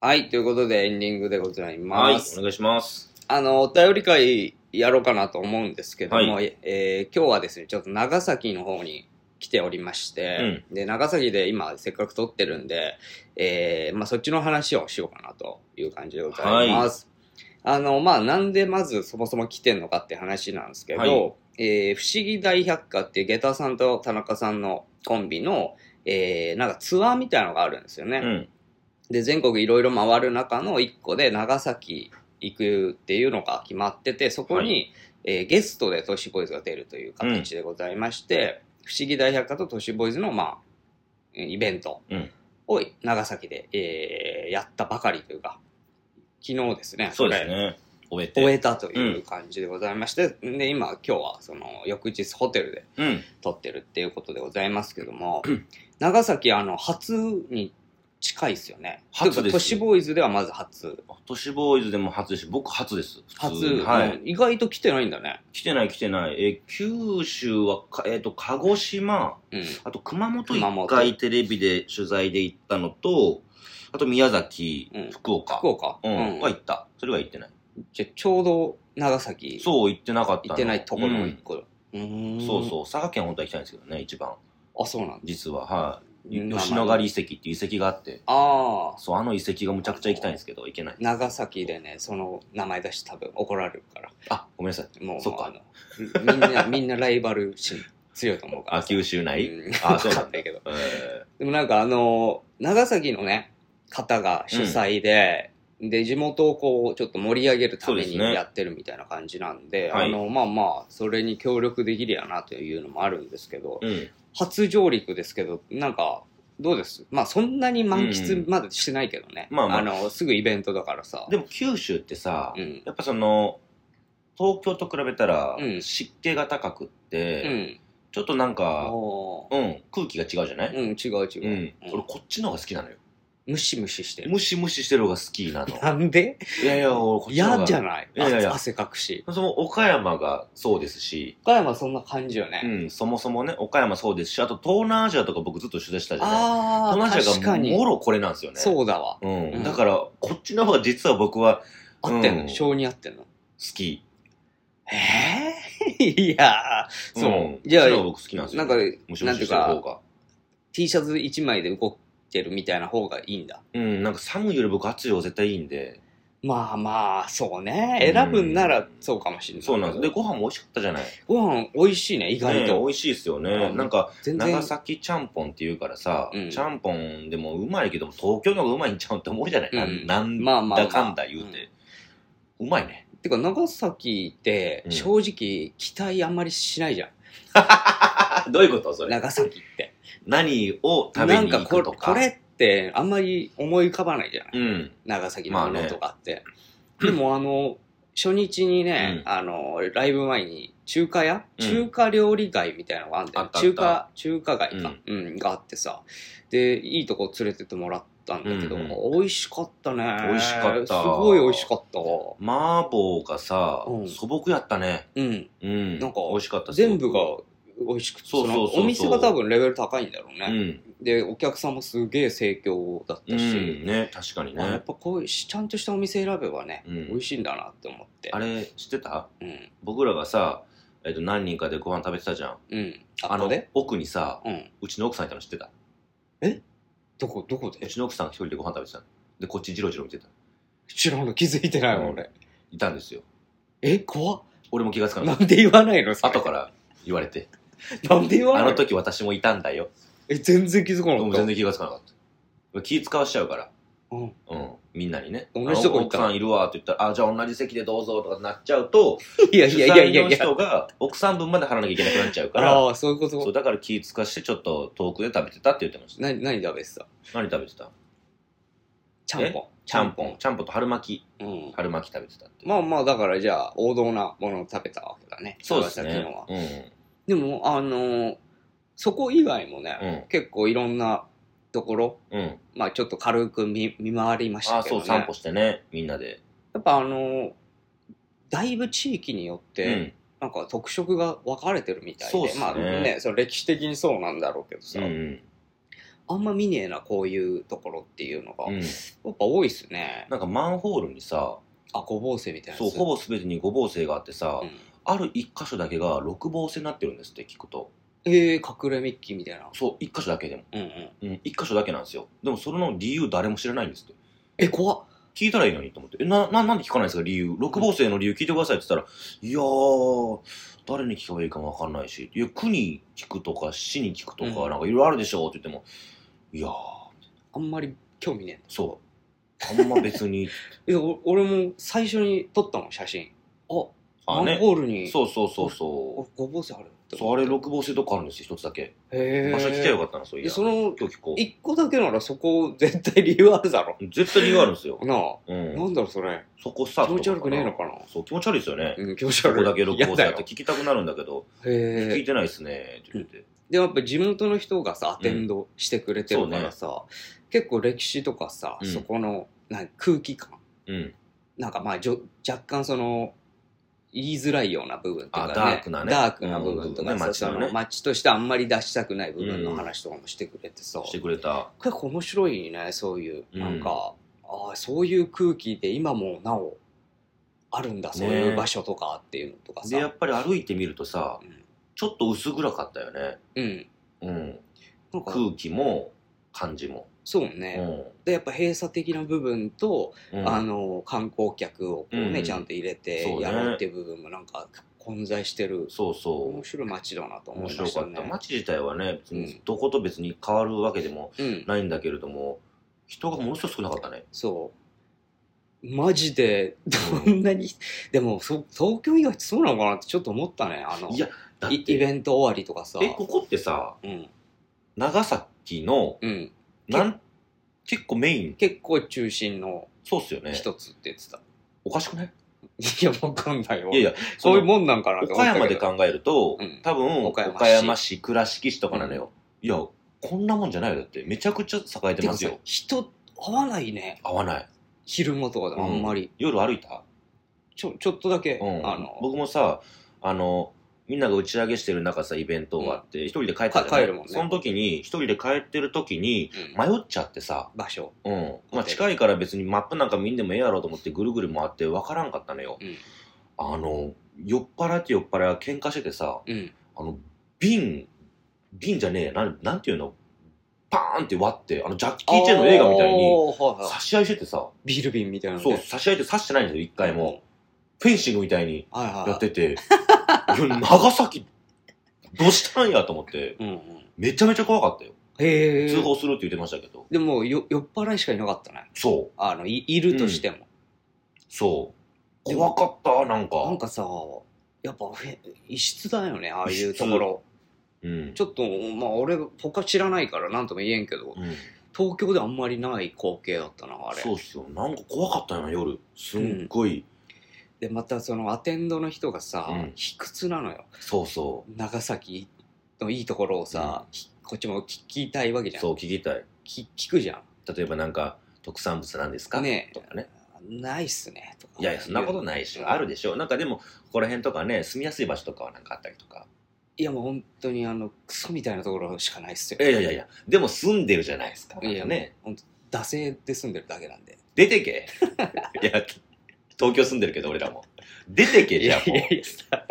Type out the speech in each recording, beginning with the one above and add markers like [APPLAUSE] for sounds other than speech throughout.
はい、ということでエンディングでございはいま、す。お願いします。あの、お便り会やろうかなと思うんですけども、はえー今日はですね、ちょっと長崎の方に来ておりまして、で、長崎で今せっかく撮ってるんで、えーまあそっちの話をしようかなという感じでございます。あの、まあなんでまずそもそも来てんのかって話なんですけど、はいえー不思議大百科っていう下駄さんと田中さんのコンビの、えーなんかツアーみたいのがあるんですよね。うん。で全国いろいろ回る中の1個で長崎行くっていうのが決まっててそこに、えはーゲストで都市ボーイズが出るという形でございまして、不思議大百科と都市ボーイズの、まあ、えーイベントうんを長崎で、えーやったばかりというか昨日ですねそうですね。終えそて。れ終えたという感じでございまして、で今今日はその翌日ホテルでうん。撮ってるっていうことでございますけど [CLEARS THROAT] も、長崎あの初に近いですよね。初ですよというか都市ボーイズではまず初。都市ボーイズでも初ですし、僕初です。普初、通にはうい。ん意外と来てないんだね。来てない来てない。えー、九州はか、えっ、と、鹿児島、うん。あと熊本熊一本回テレビで取材で行ったのと、あと宮崎、うん福岡。福岡、うん。ははい行った。それは行ってない。じゃちょうど長崎そう、行ってなかった行のってないところの一個。ううんーんそうそう。佐賀県は本当は行きたいんですけどね、一番。う。あ、そうなんだ。実は、はい。うん吉野ヶ里遺跡っていう遺跡があって、ああ。そう、あの遺跡がむちゃくちゃ行きたいんですけど、行けない。長崎でね、その名前出して多分怒られるから。あ、ごめんなさい。もう、そっかあのみんな、みんなライバル心強いと思うから。 [LAUGHS] あ、九州内、うんあ、そうなわかんんなだいけど。えでもなんかあの、長崎のね、方が主催で、で、地元をこう、ちょっと盛り上げるためそうにですねやってるみたいな感じなんで、はあいの、まあまあ、それに協力できるやなというのもあるんですけど、ーうん。初上陸ですけど、なんか、どうですまあ、そんなに満喫までしてないけどね。うんまあまあの、すぐイベントだからさ。でも九州ってさ、うん。やっぱその、東京と比べたらうん湿気が高くっうて、ん。ちょっとなんあか、ーうん、空気が違うじゃない、うん、違う違うんう。うん俺こっちの方が好きなのよ。ムシムシしてる。ムシムシしてる方が好き [LAUGHS] なの。なんでいやいや、俺こっちの方が。嫌じゃないいやいやいや汗かくし。その岡山がそうですし、岡山そんな感じよね。うん、そもそもね、岡山そうですし、あと東南アジアとか僕ずっと取材してたじゃないあ東あ、南ア確ジアかがに。もろこれなんですよね。う。そうだわ。う。うんんだから、こっちの方が実は僕は好合ってんうのん性に合ってんのき。ええ [LAUGHS] いやーそう。んじゃそあれ、は僕好きなんですなよ。んか、ムシムなんていうシしてる方か、が。 T シャツ1枚で動いてるみたいな方がいいんだ。うん、なんか寒いより僕暑い方が絶対いいんで。まあまあ、そうね。選ぶんならそうかもしれない。そうなんです。で、ご飯も美味しかったじゃない。ご飯美味しいね、意外ねと。美味しいですよね。うんなんか、全然長。崎ちゃんぽんって言うからさ、うんちゃんぽんでもうまいけども、東京の方がうまいんちゃうんって思うじゃない、なうんんまあまなんあまあだかんだ言うて。うまいね。てか、長崎ってう、ん正直、期待あんまりしないじゃん。どういうことそれ。長崎って。何を食べなんにか行こくれ、とか。これって、あんまり思い浮かばないじゃないうん。長崎のもまあのねとかって、でもあの初日にね、うんあのライブ前に中華屋、うん中華料理街みたいなのがあんだよあったあった中華中華街か、うんがあってさでいいとこ連れてってもらったんだけど、うん美味しかったね美味しかったすごい美味しかったわ麻婆がさ、うん素朴やったね。うんうん。なんか美味しかった全部が美味しくてそうそうそうそうのお店が多分レベル高いんだろううね、ん。でお客さんもすげえ盛況だっうたし、ん。ね、確かにあやねっ。ぱこういうしちゃんとしたお店選べばね、うん美味しいんだなって思ってあれ、知ってたうん僕らがさ、えっと、何人かでご飯食べてたじゃん。うん。ああのとで、奥にさ、うん。うちの奥さんいたの知ってたどこ、どこうでちの奥さん一人でご飯食べてたの。で、こっちジロジロ見てた。知らんの気づいてないわ、うん俺。いたんですよ。え、怖っ。俺も気がつかななかっんで言わないの。た。後からら言われて。なんで言わあないの時私もいたんだよ。え、全然気づかなでかもった。全然気がつかなかった。気使わしちゃうから。うん。うん。みんなにね。同じとこ行っ奥たさんいるわって言ったら、あ、じゃあ同じ席でどうぞとかなっちゃうと、いやいやいやいやい主催や。の人が奥さん分まで払わなきゃいけなくなっちゃうから、ああ、そういうこそとう、だから気使わしてちょっと遠くで食べてたって言ってました。な、何食べてた何食べてたちゃんぽん。ちゃんぽん。ちゃんぽんと春巻ちゃんぽん。うんき。。春巻き食べてたっていう。まあまあ、だからじゃあ、王道なものを食べたわけだね。そうです長崎ねのは。。うでも、あのー、そこ以外もね、ん。うん。結構いろんなところ、うん。まあちょっと軽く見見回りましあたあ、けどそね。う、散歩してね、みんなで。やっぱあのーだいぶ地域によって、うんなんか特色が分かれてるみたいでそうっすねまあねその歴史的にそうなんだろうけどさ、うん。あんま見ねえな、こういうところっていうのが、うやんっぱ多いっすね。なんかマンホールにさあ、ごぼうせみたいなそうほぼ全てに五芒星があってさ、うんある一箇所だけが六芒星になってるんですって聞くとえー、隠れミッキーみたいな。そう一箇所だけでもうんうん。うん一箇所だけなんですよでもそれの理由誰も知らないんですってえ、怖っ。聞いたらいいのにと思って、え、な、ななんで聞かないんですか理由。六芒星の理由聞いてくださいって言ったら、いやー、誰に聞けばいいかもわかんないし、いや、区に聞くとか、市に聞くとか、うんなんかいろいろあるでしょうって言っても、いやー、あんまり興味ねそう。あんま [LAUGHS] 別に、え。え、お俺も最初に撮ったもん、写真。あ、あ、マンね。ホールに。そうそうそうそう。あごぼうせあるってそう、あれ六芒星とかあるんですよ、一つだけ。へえ。場所聞きゃよかったな、そういえや。その今日聞こう。一個だけならそこ絶対理由あるだろ。絶対理由あるんですよ。なあ、う。なんんだろうそれ。そこさ、気持ち悪くねえのかなそう、気持ち悪いですよね。うん、気持ちそ悪い。こだけ六嫌芒星だあってよ。聞きたくなるんだけど、聞へいえ。てないですね、って言って。でもやっぱ地元の人がさ、アテンドしてくれてるからさ、結構歴史とかさ、うんそこのなんか空気感、うん。なんかまあじょ若干その、言いづらいような部分とかね。あダークなねダークな部分とかうんさ、ねそ街のねの街としてあんまり出したくない部分の話とかもしてくれてさ。してくれた。結構面白いねそういううんなんか、ああそういう空気で今もなおあるんだそういう場所とかっていうのとかさ、で、やっぱり歩いてみるとさ、うんちょっと薄暗かったよね。うん、うん。なんか空気も、感じも。そううね、ん。でやっぱ閉鎖的な部分と、うんあの観光客をこうね、うんちゃんと入れてそうねやろうっていう部分もなんか混在してるそうそ面白い街だなとう。思い面ま白しかたっねた。街自体はね、別うにどこと別に変わるわけでもうん、ないんだけれども、人がものすごく少なかったね。そうマジでどんなに、でもそ東京以外ってそうなのかなってちょっと思ったねあのいや、だっイイて、ベント終わりとかさえ、ここってさ、うん長崎の、うん、なん、結構メイン、結構中心のそうっすよね。一つって言ってた。おかしくないいや、わかんないよ。いやいや、そういうん。もんなんかなと思岡ったけど山で考えると、うん多分岡岡山市山市倉敷市とかなのよ、いやこんなもんじゃないよだってめちゃくちゃ栄えててまかすさよ、人合わないね。合わない昼間とかでもあんまり。夜歩いた、ちょ、ちょっとだけ、うん、あの、僕もさあのみんなが打ち上げしてる中さイベントがあって、一人で帰ったじゃかない帰るもんねその時に一人で帰ってる時にうん迷っちゃってさ、場所。うんまあ、近いから別にマップなんか見んでもええやろうと思ってぐるぐる回って分からんかったのよ、うんあの酔っ払って酔っ払いが喧嘩しててさ、うん。あの、瓶、瓶じゃねえ、なん、なんていうのパーンって割って、あの、ジャッキー・チェンの映画みたいに、あーはいはい差し合いしててさ、ビール瓶みたいなのそう、で。差し合いって差してないんですよ、一回も。フェンシングみたいにうん。はいはい。やってて、いや長崎、どうしたんやと思って、うんうん。めちゃめちゃ怖かったよ。へえ。通報するって言ってましたけど。でも、よ酔っ払いしかいなかったね。そう、あの、いいるとしても。そう。でも怖かった、なんか。なんかさ、やっぱ、へ異質だよね、ああいうところ。うん。ちょっと、まあ、俺、他知らないからなんとも言えんけど、うん、東京ではあんまりない光景だったなあれそうっすよ。なんか怖かったよな、夜。すんごい。でまたそのアテンドの人がさ、うん卑屈なのよそうそ長崎のいいところをさ、ひこっちも聞きたいわけう。じゃんそう、聞きたい。き聞くじゃ例えばなんか、特産物なんですかねえとかね。んないっすねとかいやいや、そんなこといないでしうょ。んあるでしょ。なんかでも、ここら辺とかね、住みやすい場所とかはなんかあったりとか。いやもう本当にあのクソみたいなところしかないっすよいやいやいやいや、でも住んでるじゃないですか。なんいやかね、ほんと惰性で住んでるだけなんで出て [LAUGHS] け。いや、東京住んでるけど、俺らも。出てけ、いじゃあもやいやさ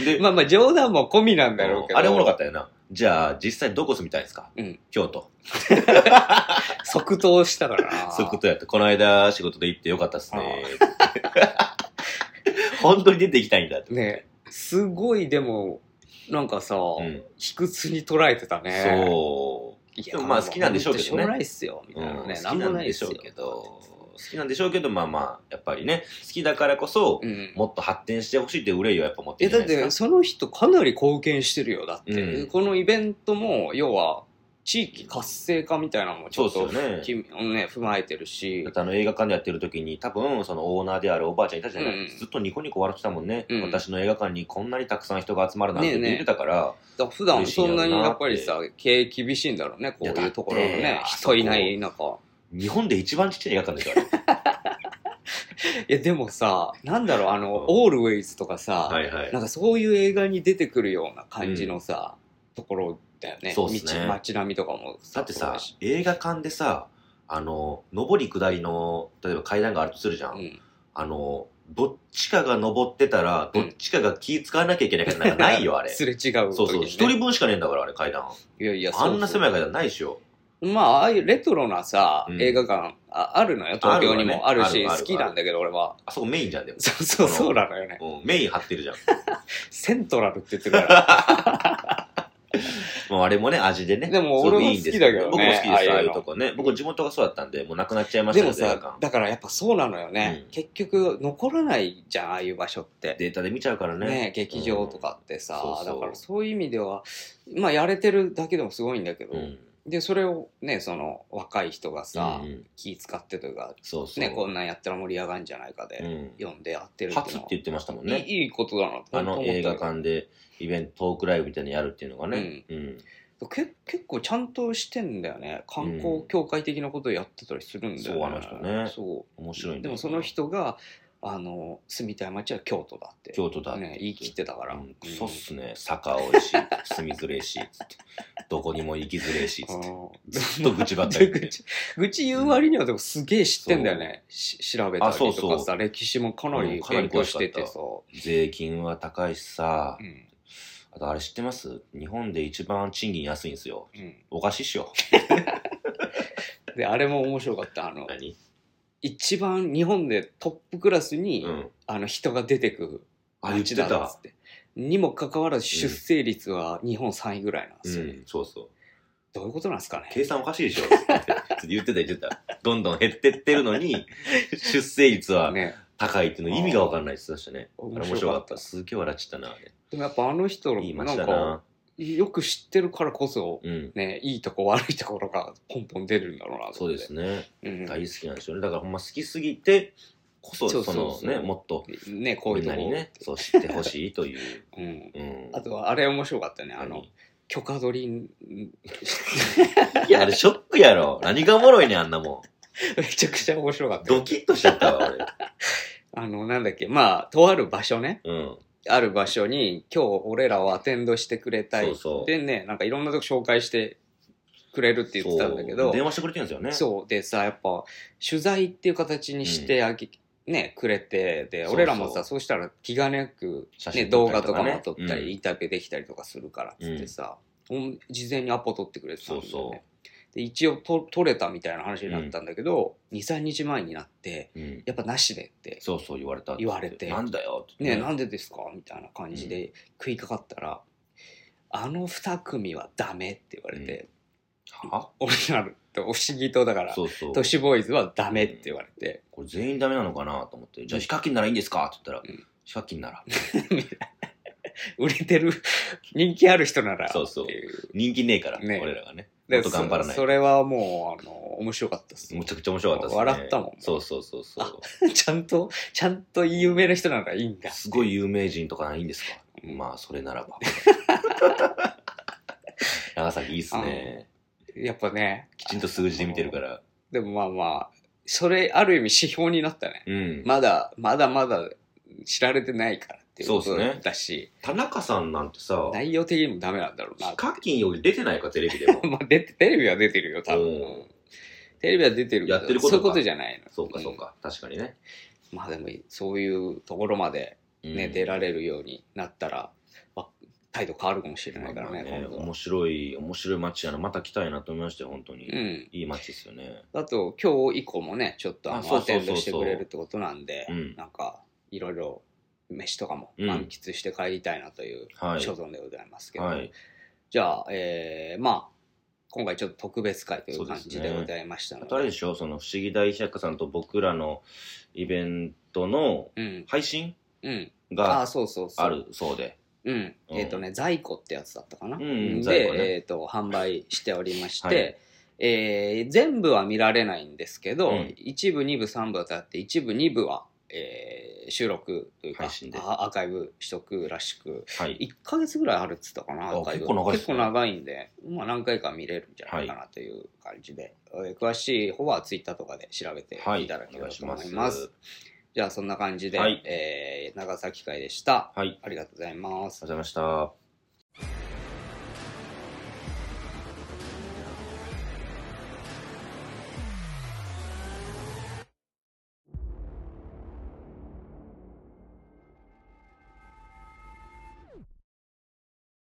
う。で、まあまあ冗談も込みなんだろうけどあれおもろかったよな。じゃあ、実際どこ住みたいですかうん京都。即答したからな即答やって、この間仕事で行ってよかったっすね。 [LAUGHS] 本当に出てきたいんだって。ねすごいでもなんかさ、うん。卑屈に捉えてたねそう。いでもまあ好きなんでしょうけどほんとしねょうがないっすよ、みたいなうんね。好なきんなもんないでっしすょようけど、好きなんでしょうけど、まあまあ、やっぱりね、好きだからこそ、うん。もっと発展してほしいって憂いをやっぱ持ってえ、るじゃだなっいでて、すか。その人かなり貢献してるよ。だって、うんこのイベントも、要は、地域活性化みたいなのもちそょうっと、ですきよね。ね、踏まえてるしだっ、てあの映画館でやってる時に多分そのオーナーであるおばあちゃんいたじゃない、うんずっとニコニコ笑ってたもんね、うん私の映画館にこんなにたくさん人が集まるなんてってねえねえ言ってたから、だから普段嬉しいそよんななってにやっぱりさ、経営厳しいんだろうね、こういうところのいやだねっ、て人いない中。日本で一番ちっちゃい映画館ですよいや、でもさ、なんだろう、あうんの、オールウェイズとかさ、あれはいはなんかそういう映画に出てくるような感じのさ、ところだよね。そうっすね道街並みとかも [LAUGHS] だってそうさだし映画館でさあの上り下りの例えば階段があるとするじゃん、うん。あのどっちかが上ってたらうどんっちかが気使わなきゃいけないからなんかないよあ [LAUGHS] れすれ違う時にね。そうそう一人分しかねえんだからあれ階段いやいや、あんな狭いい。階段ないでしょまあ、ああいうレトロなさう、ん映画館ああるのよ。東京にもああるるわねし、あるある好きなんだけど俺は。あそこメインじゃんでも、そうそう、そうなのよね。うん、メイン張ってるじゃんセントラルって言って [LAUGHS] るから。もうあれもね味でねでもすごく俺はいいんです好きだけどね僕も好きですああいうのああいうとこね僕地元がそうだったんでもうなくなっちゃいましでたけもど映画さ館、だからやっぱそうなのよね。うん結局、残らないじゃん、ああいう場所って。データで見ちゃうからねね劇場とかってさ、うんそうそうだからそういう意味では、まあ、やれてるだけでもすごいんだけど、うんで、それをね、その、若い人がさ、うんうん気使ってというか、そうそうね、こんなんやったら盛り上がるんじゃないかで、うん読んでやってるって初いうのっては、言ってましたもんねいいいいことだなあの映画館館でイベントトークライブみたいなのやるっていうのがね、うんけ結構ちゃんとしてんだよね観光協会的なことやってたりするんだよね、うんそうあの人ねそう面白いねでもその人があの住みたい町は京都だって京都だってね、言い切ってたから、ううんん、クソっすね坂多い [LAUGHS] し住みづれえしつってどこにも行きづれえしつってずっと愚痴ばっかり言っでて [LAUGHS] 愚痴愚痴言う割にはでもすげえ知ってんだよね、し調べたりとかさあそうそ歴史もかなうんりかなり勉強詳ししかったててさ、税金は高いしさうんあとあれ知ってます日本で一番賃金安いんですようん、おかしいっしょであれも面白かったあの何一番日本でトップクラスに、うんあの人が出てくあ言っ町てだっつたってにもかかわらず出生率は日本3位ぐらいなんでうすよ、んそうそうどういうことなんですかね計算おかしいでしょ [LAUGHS] つって言ってた言ってたどんどん減ってってるの [LAUGHS] に出生率はね高いっていうの意味が分かんないって言ってたしねあれ面白かった面白かったすげえ笑っちゃったなあれでもやっぱあの人のいいな街んだかなよく知ってるからこそうんねいいとこ悪いところが [LAUGHS] ポンポン出るんだろうなとそう思っでてすねうん大好きなんでしょうねだからほんま好きすぎてこそそそうそうそうのねもっとねこういみうんとなこにねそう知ってほしいという、うんうん、あとはあれ面白かったねあの何許可取り [LAUGHS] んいやあれショックやろ何がおもろいねんあんなもめちゃくちゃ面白かっんたドよキッとしちゃったわあのなんだっけまあとある場所ね俺うんある場所に今日俺らをアテンドしてくれたいそうそうでねなんかいろんなとこ紹介してくれるって言ってたんだけそうど電話してくれてるんですよねそうでさやっぱ取材っていう形にしてあげ、ねくれてでそうそう俺らもさそうしたら気兼ねなく、写ね、真撮動っ画たりととかかねも撮ったり、うんインタビューできたりとかするからっつってさ、ほん事前にアポ取ってくれてたんだよねそうそうで一応と取れたみたいな話になったんだけど、23日前になってう、ん、やっぱなしでってそうそう言われた言われてなんだよってねえなんでですかみたいな感じで食いかかったら、あの2組はダメって言われて、は俺らと不思議とだからそうそう都市ボーイズはダメって言われて、これ全員ダメなのかなと思ってじゃあヒカキンならいいんですかって言ったら、うんヒカキンなら売れてる [LAUGHS] 人気ある人ならっていそううそう人気ねえから、ね俺らがねもでっと頑張らないそそれはもうあの面白かったっすむちゃくちゃ面白かったですね笑ったもんそうそうそうそう [LAUGHS] ちゃんとちゃんと有名な人ならいいんだすごい有名人とかないんですか、うんまあそれならば長崎いいっすねやっぱねきちんと数字で見てるかららでもまあまあそれある意味指標になったねうん、まだまだまだ知られてないからっていうこそうとっすねだし、田中さんなんてさ内容的にもダメなんだろうなヒカキンより出てないかテレビでもまあ出てテレビは出てるよ多分、うテレビは出てるけどやってることそういかうことじゃないのそうかそうか確かにね、まあでもそういうところまでね、うん出られるようになったら、まあ、態度変わるかもしれないからね,、まあね今度は面白い面白い街やなまた来たいなと思いましたよ本当に、うん、いい街ですよねあと今日以降もねちょっとああのそうアそうそうそうテンドしてくれるってことなんで、うんなんかいろいろ飯とかもうん満喫して帰りたいなというはい所存でございますけど、はいじゃあ、えーまあ今回ちょっと特別会といそううで感すねじでございましたのあでとあれでしょその不思議大百科さんと僕らのイベントのうん配信うんあがあそうそうそうあるそうでうん、うんえっ、とね在庫ってやつだったかな、うんうん在で、庫ねえっ、と販売しておりまして、はいえー全部は見られないんですけど、うん一部二部三部とあって一部二部は、えー収録というか配信であアーカイブしとくらしくはい1か月ぐらいあるっつったかなあアーカイブ結構長いっすね結構長いんで、まあ、何回か見れるんじゃないかなという感じで、えー詳しい方はツイッターとかで調べていはいただければと思いお願いしま,、ますすじゃあそんな感じで、はいえー長崎会でしたはいありがとうありがとうございますございました